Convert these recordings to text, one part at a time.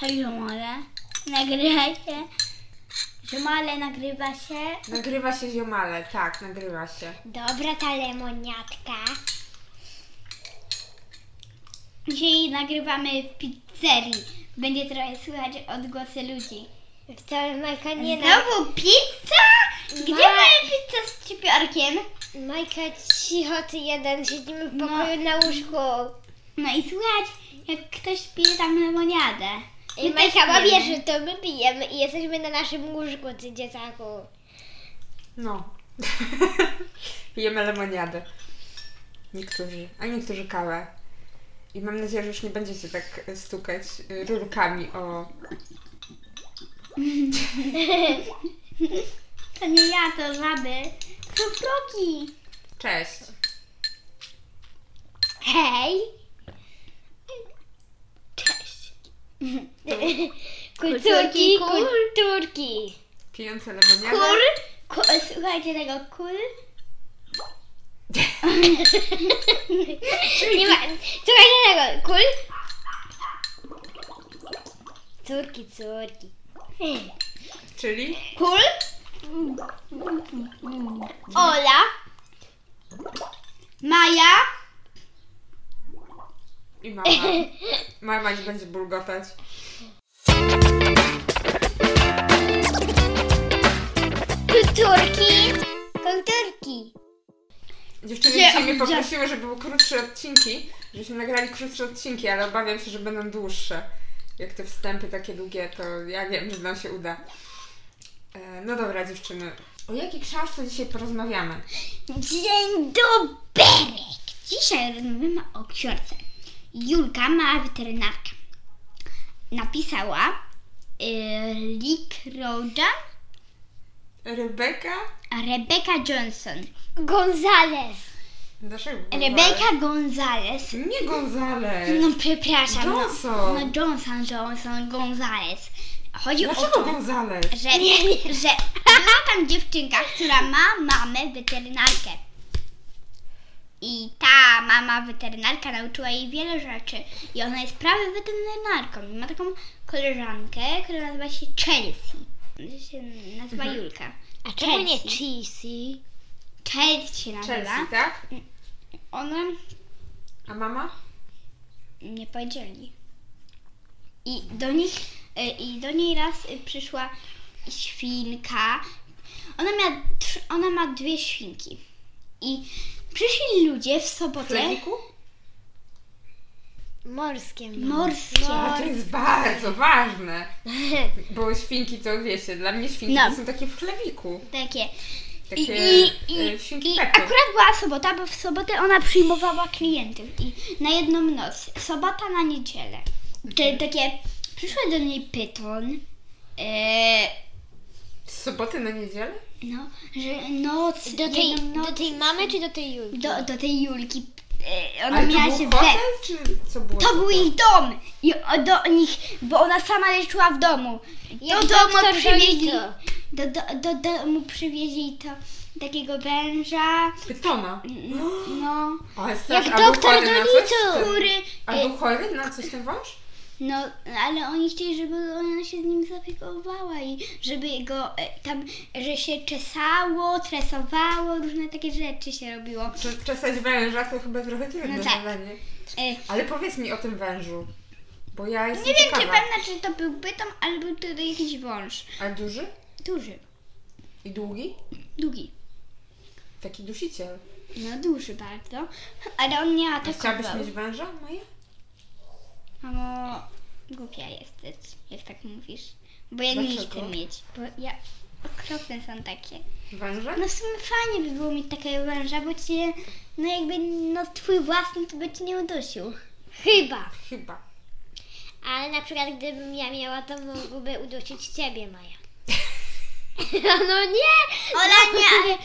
Hej Żomale, nagrywaj się. Żomale, nagrywa się. Nagrywa się ziomale, tak, nagrywa się. Dobra ta lemoniatka. Dzisiaj nagrywamy w pizzerii. Będzie trochę słychać odgłosy ludzi. Wcale Majka nie no. Tak. na... Znowu pizza? Gdzie Ma- moja pizza z szczypiorkiem? Majka cicho, ty jeden, siedzimy w pokoju na łóżku. No i słychać, jak ktoś pije tam lemoniadę. I My Majka też powie, pijemy. że to my pijemy i jesteśmy na naszym łóżku, ty dzieciaku. No. Pijemy lemoniadę. Niektórzy, a niektórzy kawę. I mam nadzieję, że już nie będziecie tak e, stukać e, rurkami o... To nie ja, to żaby. To kroki. Cześć. Hej! Cześć. Kulturki, kur. kulturki. Pijące lemoniadę. Kur? kur słuchajcie tego, kur? Nie ma... Słuchajcie tego, kul. Córki, córki. Czyli? Kul? Ola? Maja? I mama. Mama nie będzie bulgotać. Kulturki, kulturki. Dziewczyny Gdzie- dzisiaj mnie gdzie- poprosiły, żeby były krótsze odcinki, żeśmy nagrali krótsze odcinki, ale obawiam się, że będą dłuższe. Jak te wstępy takie długie, to ja wiem, że nam się uda. E, no dobra, dziewczyny. O jakiej książce dzisiaj porozmawiamy? Dzień dobry! Dzisiaj rozmawiamy o książce. Julka, mała weterynarka, napisała y, Rick Rojan, Rebeka? a Rebecca Johnson. Gonzales. Dlaczego? Rebecca Gonzalez. Nie Gonzales. No przepraszam. Johnson. No, no Johnson, Johnson, Gonzalez. Chodzi o Dlaczego to, Gonzales? że, że była tam dziewczynka, która ma mamę weterynarkę. I ta mama weterynarka nauczyła jej wiele rzeczy. I ona jest prawie weterynarką. I ma taką koleżankę, która nazywa się Chelsea. Ona Się nazywa Mhm. Julka. A czemu nie Chelsea? cheesy? Chelsea się nazywa. Chelsea, tak? Ona A mama? nie podzieli. I do nich, y, i do niej raz y, przyszła świnka. Ona, miała, trz- ona ma dwie świnki. I przyszli ludzie w W sobotę plewiku? Morskie. morskie. A to jest bardzo ważne, bo świnki to wiecie, dla mnie świnki No. to są takie w chlewiku. Takie. I, Takie i, e, i, świnki i Pepy. akurat była sobota, bo w sobotę ona przyjmowała klientów i na jedną noc, sobota na niedzielę. Czyli takie, przyszły do niej pyton, yy, Z soboty na niedzielę? No, że noc, Do tej, jedną noc, do tej mamy czy do tej Julki? do, do tej Julki, e, ona Ale to miała był się hotel, we... czy co było? To był ich dom i o- do nich, bo ona sama leczyła w domu. Jak Do domu doktor przywieźli, Dolittle. do, do, do domu przywieźli to takiego węża, Pytona. no, O, strasz, Jak a był doktor chory na coś? Dolittle. ten- który, Y- A był chory na coś ten wąż? no, ale oni chcieli, żeby ona się z nim zaopiekowała i żeby go e, tam, że się czesało, tresowało, różne takie rzeczy się robiło. Czy Czesać węża to chyba trochę trudne No tak. zadanie. E, Ale powiedz mi o tym wężu, bo ja jestem Nie wiem, czy ciekawa. pewna, czy to był bytom, ale był to jakiś wąż. A duży? Duży, I długi? długi. Taki dusiciel. No duży bardzo, ale on nie A chciałabyś atakował. mieć węża, Maja? Mamo, głupia jesteś, jak tak mówisz. Bo ja nie Dlaczego? chcę mieć, bo ja... Okropne są takie. Węża? No w sumie fajnie by było mieć takiego węża, bo cię, no jakby, no twój własny to by cię nie udusił. Chyba. Chyba. Ale na przykład gdybym ja miała, to mógłby udusić ciebie, Maja. No nie! Ola, nie, ale,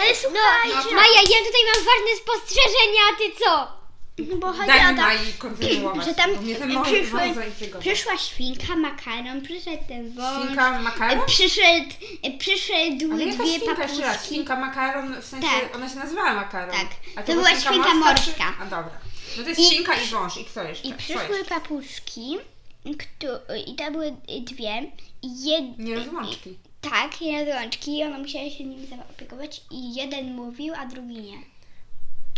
ale No, słuchajcie, Maja, ja tutaj mam ważne spostrzeżenia, a ty co? no, bo chodzi Daj o mi to... Maji kontynuować, Że tam bo mnie ten e, wąż przyszły- bardzo zaintrygował. Przyszła świnka, makaron, przyszedł ten wąż. Świnka, makaron? E, Przyszedł, e, przyszedły Ale jaka dwie świnka jeszcze raz? papuszki. Świnka makaron, w sensie Tak. ona się nazywała makaron. Tak. A To była świnka morska, czy- morska. A dobra. No to I- jest świnka i wąż. I kto jeszcze? I Co jeszcze? przyszły papuszki Kto, I to były dwie. i Jed, Nierozłączki. tak, nierozłączki i ona musiała się nimi zaopiekować i jeden mówił, a drugi nie.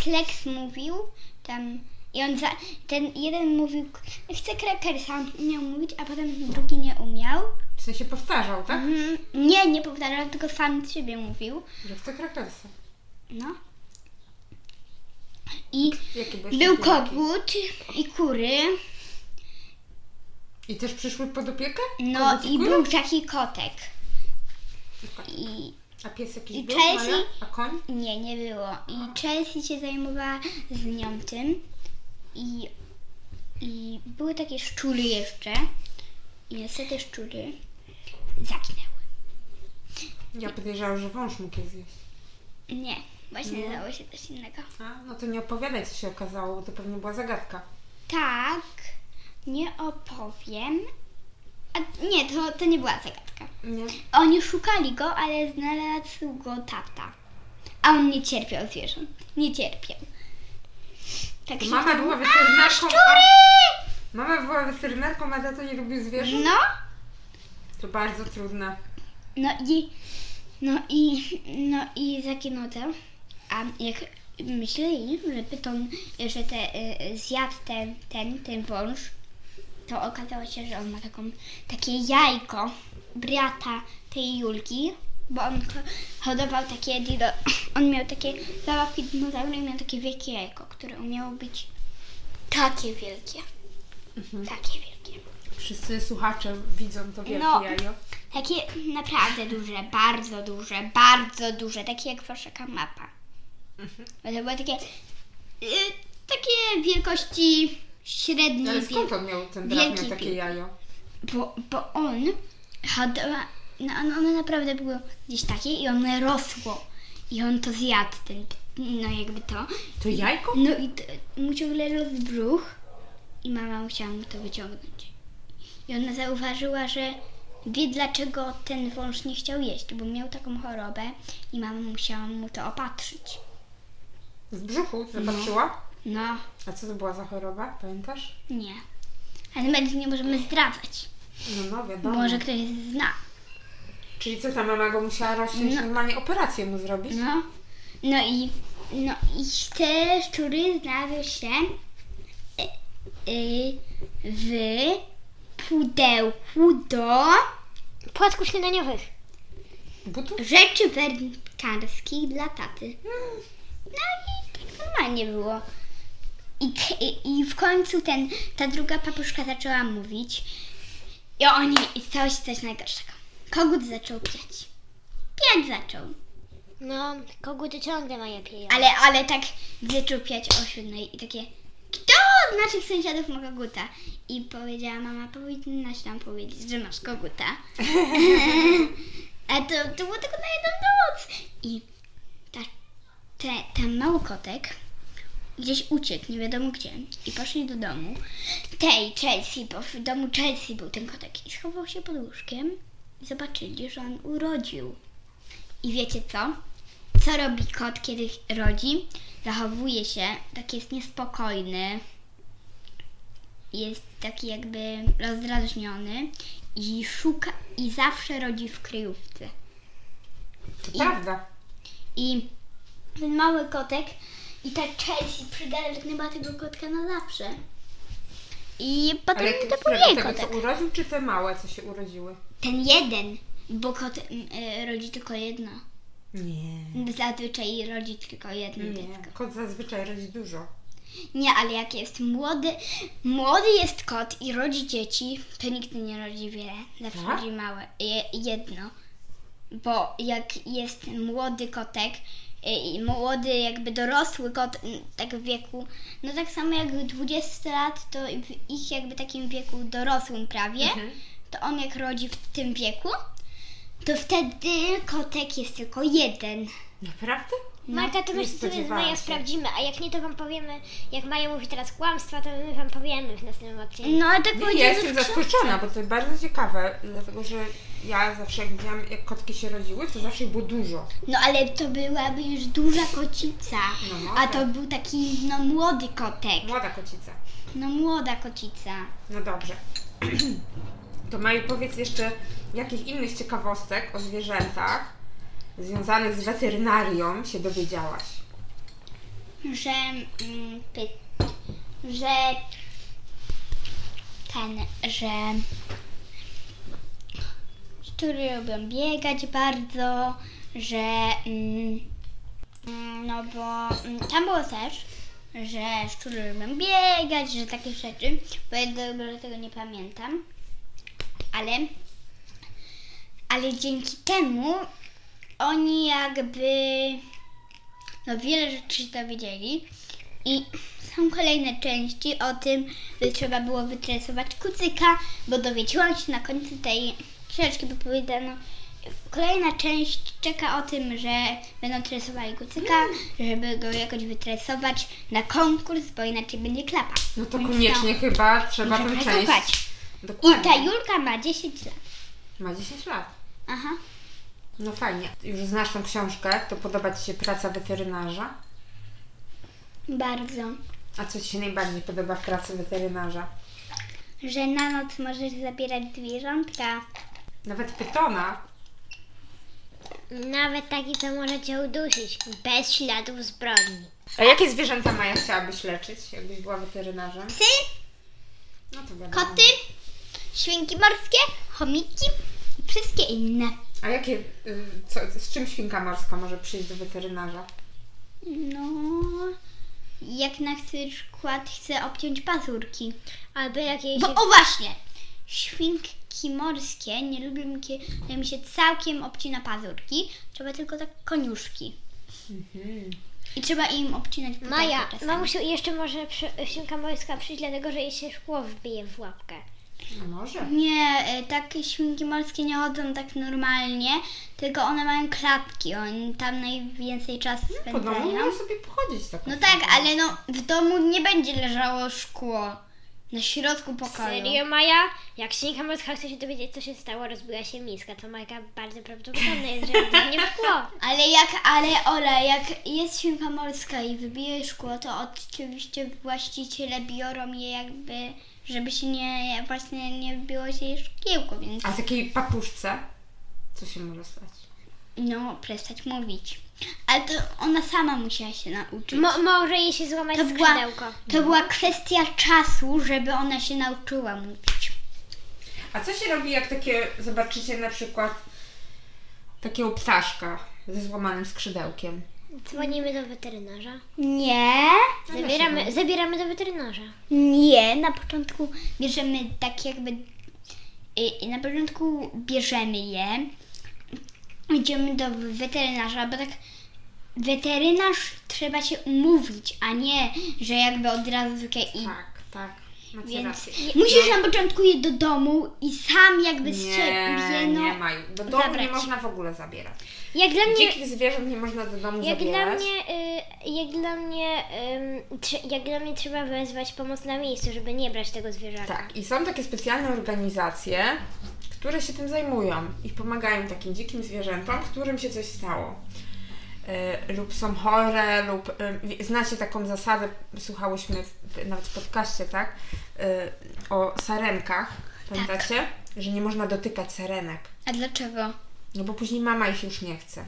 Kleks mówił tam i on za, ten jeden mówił chce krakersa, on umiał mówić, a potem drugi nie umiał. W sensie powtarzał, tak? Mhm. Nie, nie powtarzał, tylko sam z siebie mówił. Że chce krakersa. No. I Jakie były był szczepionki? kogut i kury. I też przyszły pod opiekę? No Kogut i kury? był taki kotek. Okej. I A pies jakiś I był? Chelsea. Maja? A koń? Nie, nie było. I Chelsea się zajmowała z nią tym. I, i były takie szczury jeszcze. I niestety szczury zaginęły. Ja podejrzałam, że wąż mógł je zjeść. Nie, właśnie dało się coś innego. A, no to nie opowiadaj, co się okazało, bo to pewnie była zagadka. Tak, nie opowiem. A nie, to, to nie była zagadka. Nie? Oni szukali go, ale znalazł go tata. A on nie cierpiał zwierząt. Nie cierpiał. Tak się Mama stało. była weterynarką, a... Szczury! Mama była weterynarką, a tato nie lubił zwierząt? No. To bardzo trudne. No i, no i, no i zaginął ten. A jak myśleli, że pyton, że te, y, y, zjadł ten, ten, ten wąż, to okazało się, że on ma taką, takie jajko brata tej Julki, bo on ho- hodował takie, dino, on miał takie zabawki dinozaury i miał takie wielkie jajko, które umiało być takie wielkie. Takie wielkie. Wszyscy słuchacze widzą to wielkie No. jajo. Takie naprawdę duże, bardzo duże, bardzo duże, takie jak wasza mapa. Mhm. Bo to były takie, y, takie wielkości No średniej, ale skąd wiel- on miał ten brat, miał wielki takie pi- jajo? bo, bo on hodowa, no, on- one naprawdę były gdzieś takie i one rosło. I on to zjadł, ten, no jakby to. To jajko? No i t- mu ciągle rozbruch i mama musiała mu to wyciągnąć. I ona zauważyła, że wie dlaczego ten wąż nie chciał jeść, bo miał taką chorobę i mama musiała mu to opatrzyć. W brzuchu zobaczyła? No, A co to była za choroba? Pamiętasz? nie. Ale my nie możemy zdradzać. No, no, wiadomo. Może ktoś zna. Czyli co, ta mama go musiała rozciąć, No. normalnie operację mu zrobić? No. No i, no i te szczury znalazły się y, y, w pudełku do... Płatków śniadaniowych. Butów? Rzeczy wędkarskich dla taty. No i tak normalnie było. I, k- i, i w końcu ten, ta druga papuszka zaczęła mówić. I oni, i stało się coś najgorszego. Kogut zaczął piać. Piać zaczął. No, koguty ciągle mają pieją. Ale, ale tak zaczął piać o siódmej no i takie Kto z naszych sąsiadów ma koguta? I powiedziała mama, powinnaś nam powiedzieć, że masz koguta. A to, to było tylko na jedną noc. I ta, te, ten mały kotek gdzieś uciekł, nie wiadomo gdzie. I poszli do domu tej Chelsea, bo w domu Chelsea był ten kotek. I schował się pod łóżkiem i zobaczyli, że on urodził. I wiecie co? Co robi kot, kiedy rodzi? Zachowuje się, tak jest niespokojny. Jest taki jakby rozdrażniony i szuka i zawsze rodzi w kryjówce. To prawda. I ten mały kotek i ta Chelsea przygarnęła tego kotka na zawsze. I potem Ale to ty był którego? jej Tego, co kotek. urodził, czy te małe, co się urodziły? Ten jeden, bo kot mm, y, rodzi tylko jedno. Nie. Zazwyczaj rodzi tylko jedno dziecko. Nie. Kot zazwyczaj rodzi dużo. Nie, ale jak jest młody, młody jest kot i rodzi dzieci, to nigdy nie rodzi wiele. Zawsze Tak? rodzi małe, je, jedno. Bo jak jest młody kotek, y, i młody jakby dorosły kot, m, tak w wieku, no tak samo jak 20 lat, to w ich jakby takim wieku dorosłym prawie, Mhm. to on jak rodzi w tym wieku, to wtedy kotek jest tylko jeden. Naprawdę? Marta, to my nie sobie z spodziewałam Mają się. sprawdzimy, a jak nie, to wam powiemy, jak Maja mówi teraz kłamstwa, to my wam powiemy w następnym odcinku. No, ale tak Nie, ja powiedziałam, jestem że w książce. zaskoczona, bo to jest bardzo ciekawe, dlatego że ja zawsze jak widziałam, jak kotki się rodziły, to zawsze ich było dużo. No ale to byłaby już duża kocica, No może. a to był taki no młody kotek. Młoda kocica. No młoda kocica. No dobrze. To Maju, powiedz jeszcze, jakich innych ciekawostek o zwierzętach związanych z weterynarią się dowiedziałaś? że, mm, py, że ten, że szczury lubią biegać bardzo, że mm, mm, no bo mm, tam było też, że szczury lubią biegać, że takie rzeczy, bo ja dobrze tego nie pamiętam, ale ale dzięki temu oni jakby no wiele rzeczy się dowiedzieli i są kolejne części o tym, że trzeba było wytresować kucyka, bo dowiedziałam się na końcu tej książki, bo powiedziano kolejna część czeka o tym, że będą tresowali kucyka, żeby go jakoś wytresować na konkurs, bo inaczej będzie klapa. No to Więc koniecznie chyba trzeba muszę tę przesłuchać. część. I ta Dokładnie. Julka ma 10 lat. Ma 10 lat. Aha. No fajnie. Już znasz tą książkę, to podoba Ci się praca weterynarza? Bardzo. A co Ci się najbardziej podoba w pracy weterynarza? Że na noc możesz zabierać zwierzątka. Nawet pytona. Nawet taki, co może cię udusić. Bez śladów zbrodni. A jakie zwierzęta Maja chciałabyś leczyć, jakbyś była weterynarzem? Psy No to wiadomo. koty, świnki morskie, chomiki i wszystkie inne. A jakie, y, co, z czym świnka morska może przyjść do weterynarza? No, jak na przykład chcę obciąć pazurki. Albo jakieś... Bo o właśnie, świnki morskie nie lubią, kiedy mi się całkiem obcina pazurki, trzeba tylko tak koniuszki. Mhm. I trzeba im obcinać pazurki Maja, czasami. mamusiu, jeszcze może przy, świnka morska przyjść, dlatego że jej się szkło wbije w łapkę. No może. Nie, y, takie świnki morskie nie chodzą tak normalnie, tylko one mają klatki, oni tam najwięcej czasu Po domu spędzają. może sobie pochodzić taką No świnką. tak, ale no w domu nie będzie leżało szkło na środku pokoju. Serio, Maja? Jak świnka morska chce się dowiedzieć, co się stało, rozbiła się miska, to Majka bardzo prawdopodobne jest, że wpadnie w szkło. Ale jak, ale Ola, jak jest świnka morska i wybije szkło, to oczywiście właściciele biorą je jakby, żeby się nie, właśnie nie wbiło się jej szkiełko, więc A takiej papuszce, co się może stać? no przestać mówić. Ale to ona sama musiała się nauczyć. Mo, może jej się złamać To była, skrzydełko. to była kwestia czasu, żeby ona się nauczyła mówić. A co się robi, jak takie zobaczycie na przykład takiego ptaszka ze złamanym skrzydełkiem? Dzwonimy do weterynarza. Nie, no. Zabieramy, zabieramy do weterynarza. nie. Na początku bierzemy tak jakby. y, y, Na początku bierzemy je. Idziemy do weterynarza, bo tak weterynarz trzeba się umówić, a nie, że jakby od razu tylko i. Tak, tak. Macie Więc rację. musisz na początku je do domu i sam jakby z siebie. Nie, No, nie mają. Do domu zabrać. nie można w ogóle zabierać. Jak dla mnie... Dzikich zwierząt nie można do domu Jak zabierać. dla mnie, y, jak dla mnie, ym, trze- jak dla mnie trzeba wezwać pomoc na miejscu, żeby nie brać tego zwierzaka. Tak, i są takie specjalne organizacje, które się tym zajmują i pomagają takim dzikim zwierzętom, którym się coś stało. E, Lub są chore, lub e, wie- znacie taką zasadę, słuchałyśmy w, nawet w podcaście, tak? E, O sarenkach, pamiętacie? Że nie można dotykać sarenek, A dlaczego? no bo później mama ich już nie chce.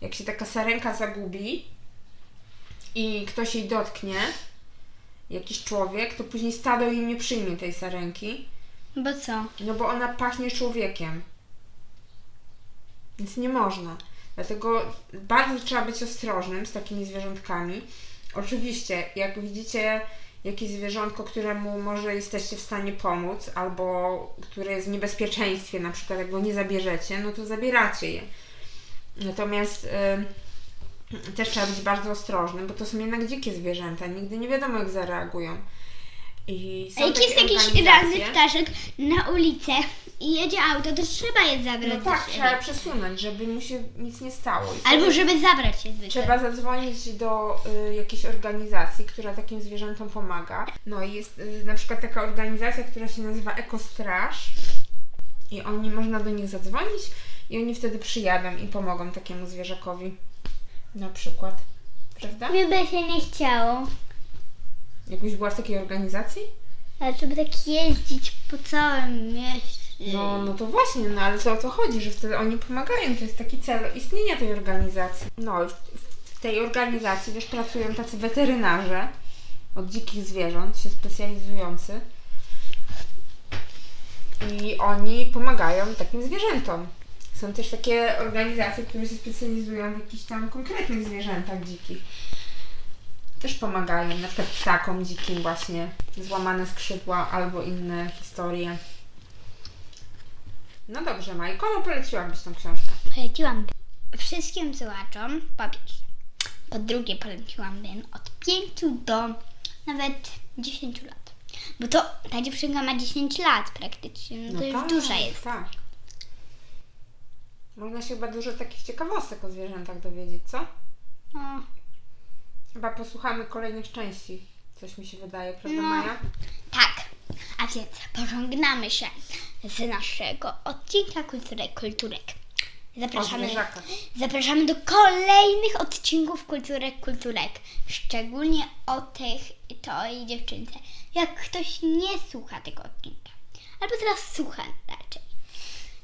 Jak się taka sarenka zagubi i ktoś jej dotknie, jakiś człowiek, to później stado jej nie przyjmie tej sarenki, Bo co? no bo ona pachnie człowiekiem. Więc nie można. Dlatego bardzo trzeba być ostrożnym z takimi zwierzątkami. Oczywiście, jak widzicie jakieś zwierzątko, któremu może jesteście w stanie pomóc, albo które jest w niebezpieczeństwie, na przykład jak go nie zabierzecie, no to zabieracie je. Natomiast y, też trzeba być bardzo ostrożnym, bo to są jednak dzikie zwierzęta, nigdy nie wiadomo jak zareagują. I są A jak takie jest jakiś organizacje- ranny ptaszek na ulicę i jedzie auto, to trzeba je zabrać. No tak, do trzeba siebie. przesunąć, żeby mu się nic nie stało. I Albo wtedy żeby zabrać je zwykle. Trzeba zadzwonić do y, jakiejś organizacji, która takim zwierzętom pomaga. No i jest y, na przykład taka organizacja, która się nazywa Ekostraż i oni, można do nich zadzwonić i oni wtedy przyjadą i pomogą takiemu zwierzakowi. Na przykład. Prawda? by się nie chciało. Jakbyś była w takiej organizacji? Ale żeby tak jeździć po całym mieście. No, no to właśnie, no ale to o to chodzi, że wtedy oni pomagają, to jest taki cel istnienia tej organizacji. No i w, w tej organizacji też pracują tacy weterynarze od dzikich zwierząt się specjalizujący i oni pomagają takim zwierzętom. Są też takie organizacje, które się specjalizują w jakichś tam konkretnych zwierzętach dzikich. Też pomagają, na przykład ptakom dzikim właśnie, złamane skrzydła albo inne historie. No dobrze, Maj, komu poleciłabyś tą książkę? Poleciłam wszystkim słuchaczom po pierwsze. Po drugie poleciłam ją od 5 do nawet 10 lat. Bo to ta dziewczynka ma 10 lat praktycznie, no to już duża jest. Tak. Można się chyba dużo takich ciekawostek o zwierzętach dowiedzieć, co? No, Chyba posłuchamy kolejnych części. Coś mi się wydaje, prawda No. Maja? tak, a więc pożegnamy się z naszego odcinka Kulturek Kulturek. O Zapraszamy, zwierzakach. zapraszamy do kolejnych odcinków Kulturek Kulturek. Szczególnie o tych, tej dziewczynce. Jak ktoś nie słucha tego odcinka, albo teraz słucha raczej,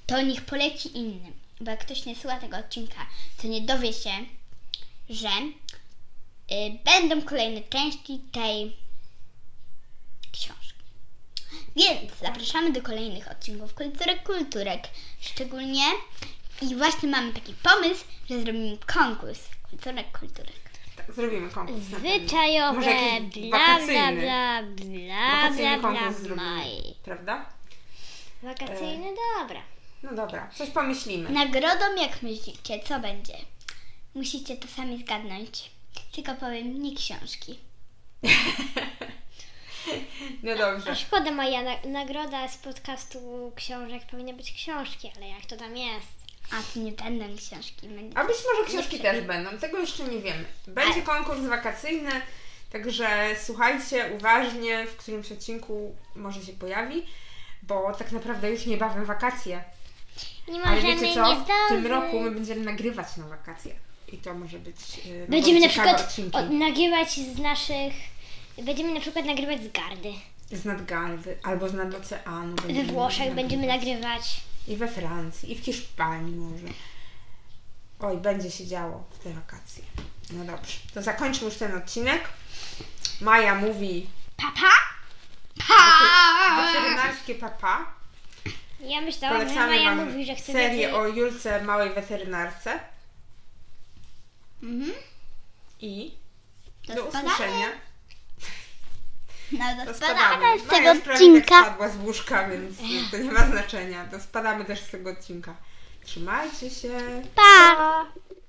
to niech poleci innym. Bo jak ktoś nie słucha tego odcinka, to nie dowie się, że y, będą kolejne części tej książki. Więc zapraszamy do kolejnych odcinków Kulturek Kulturek szczególnie. I właśnie mamy taki pomysł, że zrobimy konkurs Kulturek Kulturek. Tak, zrobimy konkurs. na pewno. Może Zwyczajowe, jakiś bla, bla, wakacyjny. bla, bla, Wakacyjny bla, konkurs bla, zrobimy, maj. prawda? Wakacyjny, dobra. No dobra, coś No. pomyślimy. Nagrodą jak myślicie, co będzie? Musicie to sami zgadnąć. Tylko powiem, nie książki. No dobrze. A szkoda, moja na- nagroda z podcastu książek powinny być książki, ale jak to tam jest? A to nie będą książki. Będzie... A być może książki Nie też będą, tego jeszcze nie wiemy. Będzie konkurs wakacyjny, także słuchajcie uważnie, w którymś odcinku może się pojawi, bo tak naprawdę już niebawem wakacje. Nie Ale możemy wiecie nie co? zdążyć. W tym roku my będziemy nagrywać na wakacje. I to może być. e, będą Będziemy na ciekawe przykład odcinki od, nagrywać z naszych... Będziemy na przykład nagrywać z gardy. Z nadgardy albo z nad oceanu. We będziemy Włoszech nagrywać. będziemy nagrywać. I we Francji, i w Hiszpanii może. Oj, będzie się działo w te wakacje. No dobrze, to zakończmy już ten odcinek. Maja mówi Papa? Pa! weterynarskie papa. Ja myślałam, że Polecamy Maja Wam mówi, że chce serię więcej... o Julce Małej Weterynarce. Mhm. I Do do, spadania. usłyszenia. No to To spadamy spadamy. z Maja tego już prawie tak odcinka. spadła z łóżka, więc to nie ma znaczenia. To spadamy też z tego odcinka. Trzymajcie się. Pa!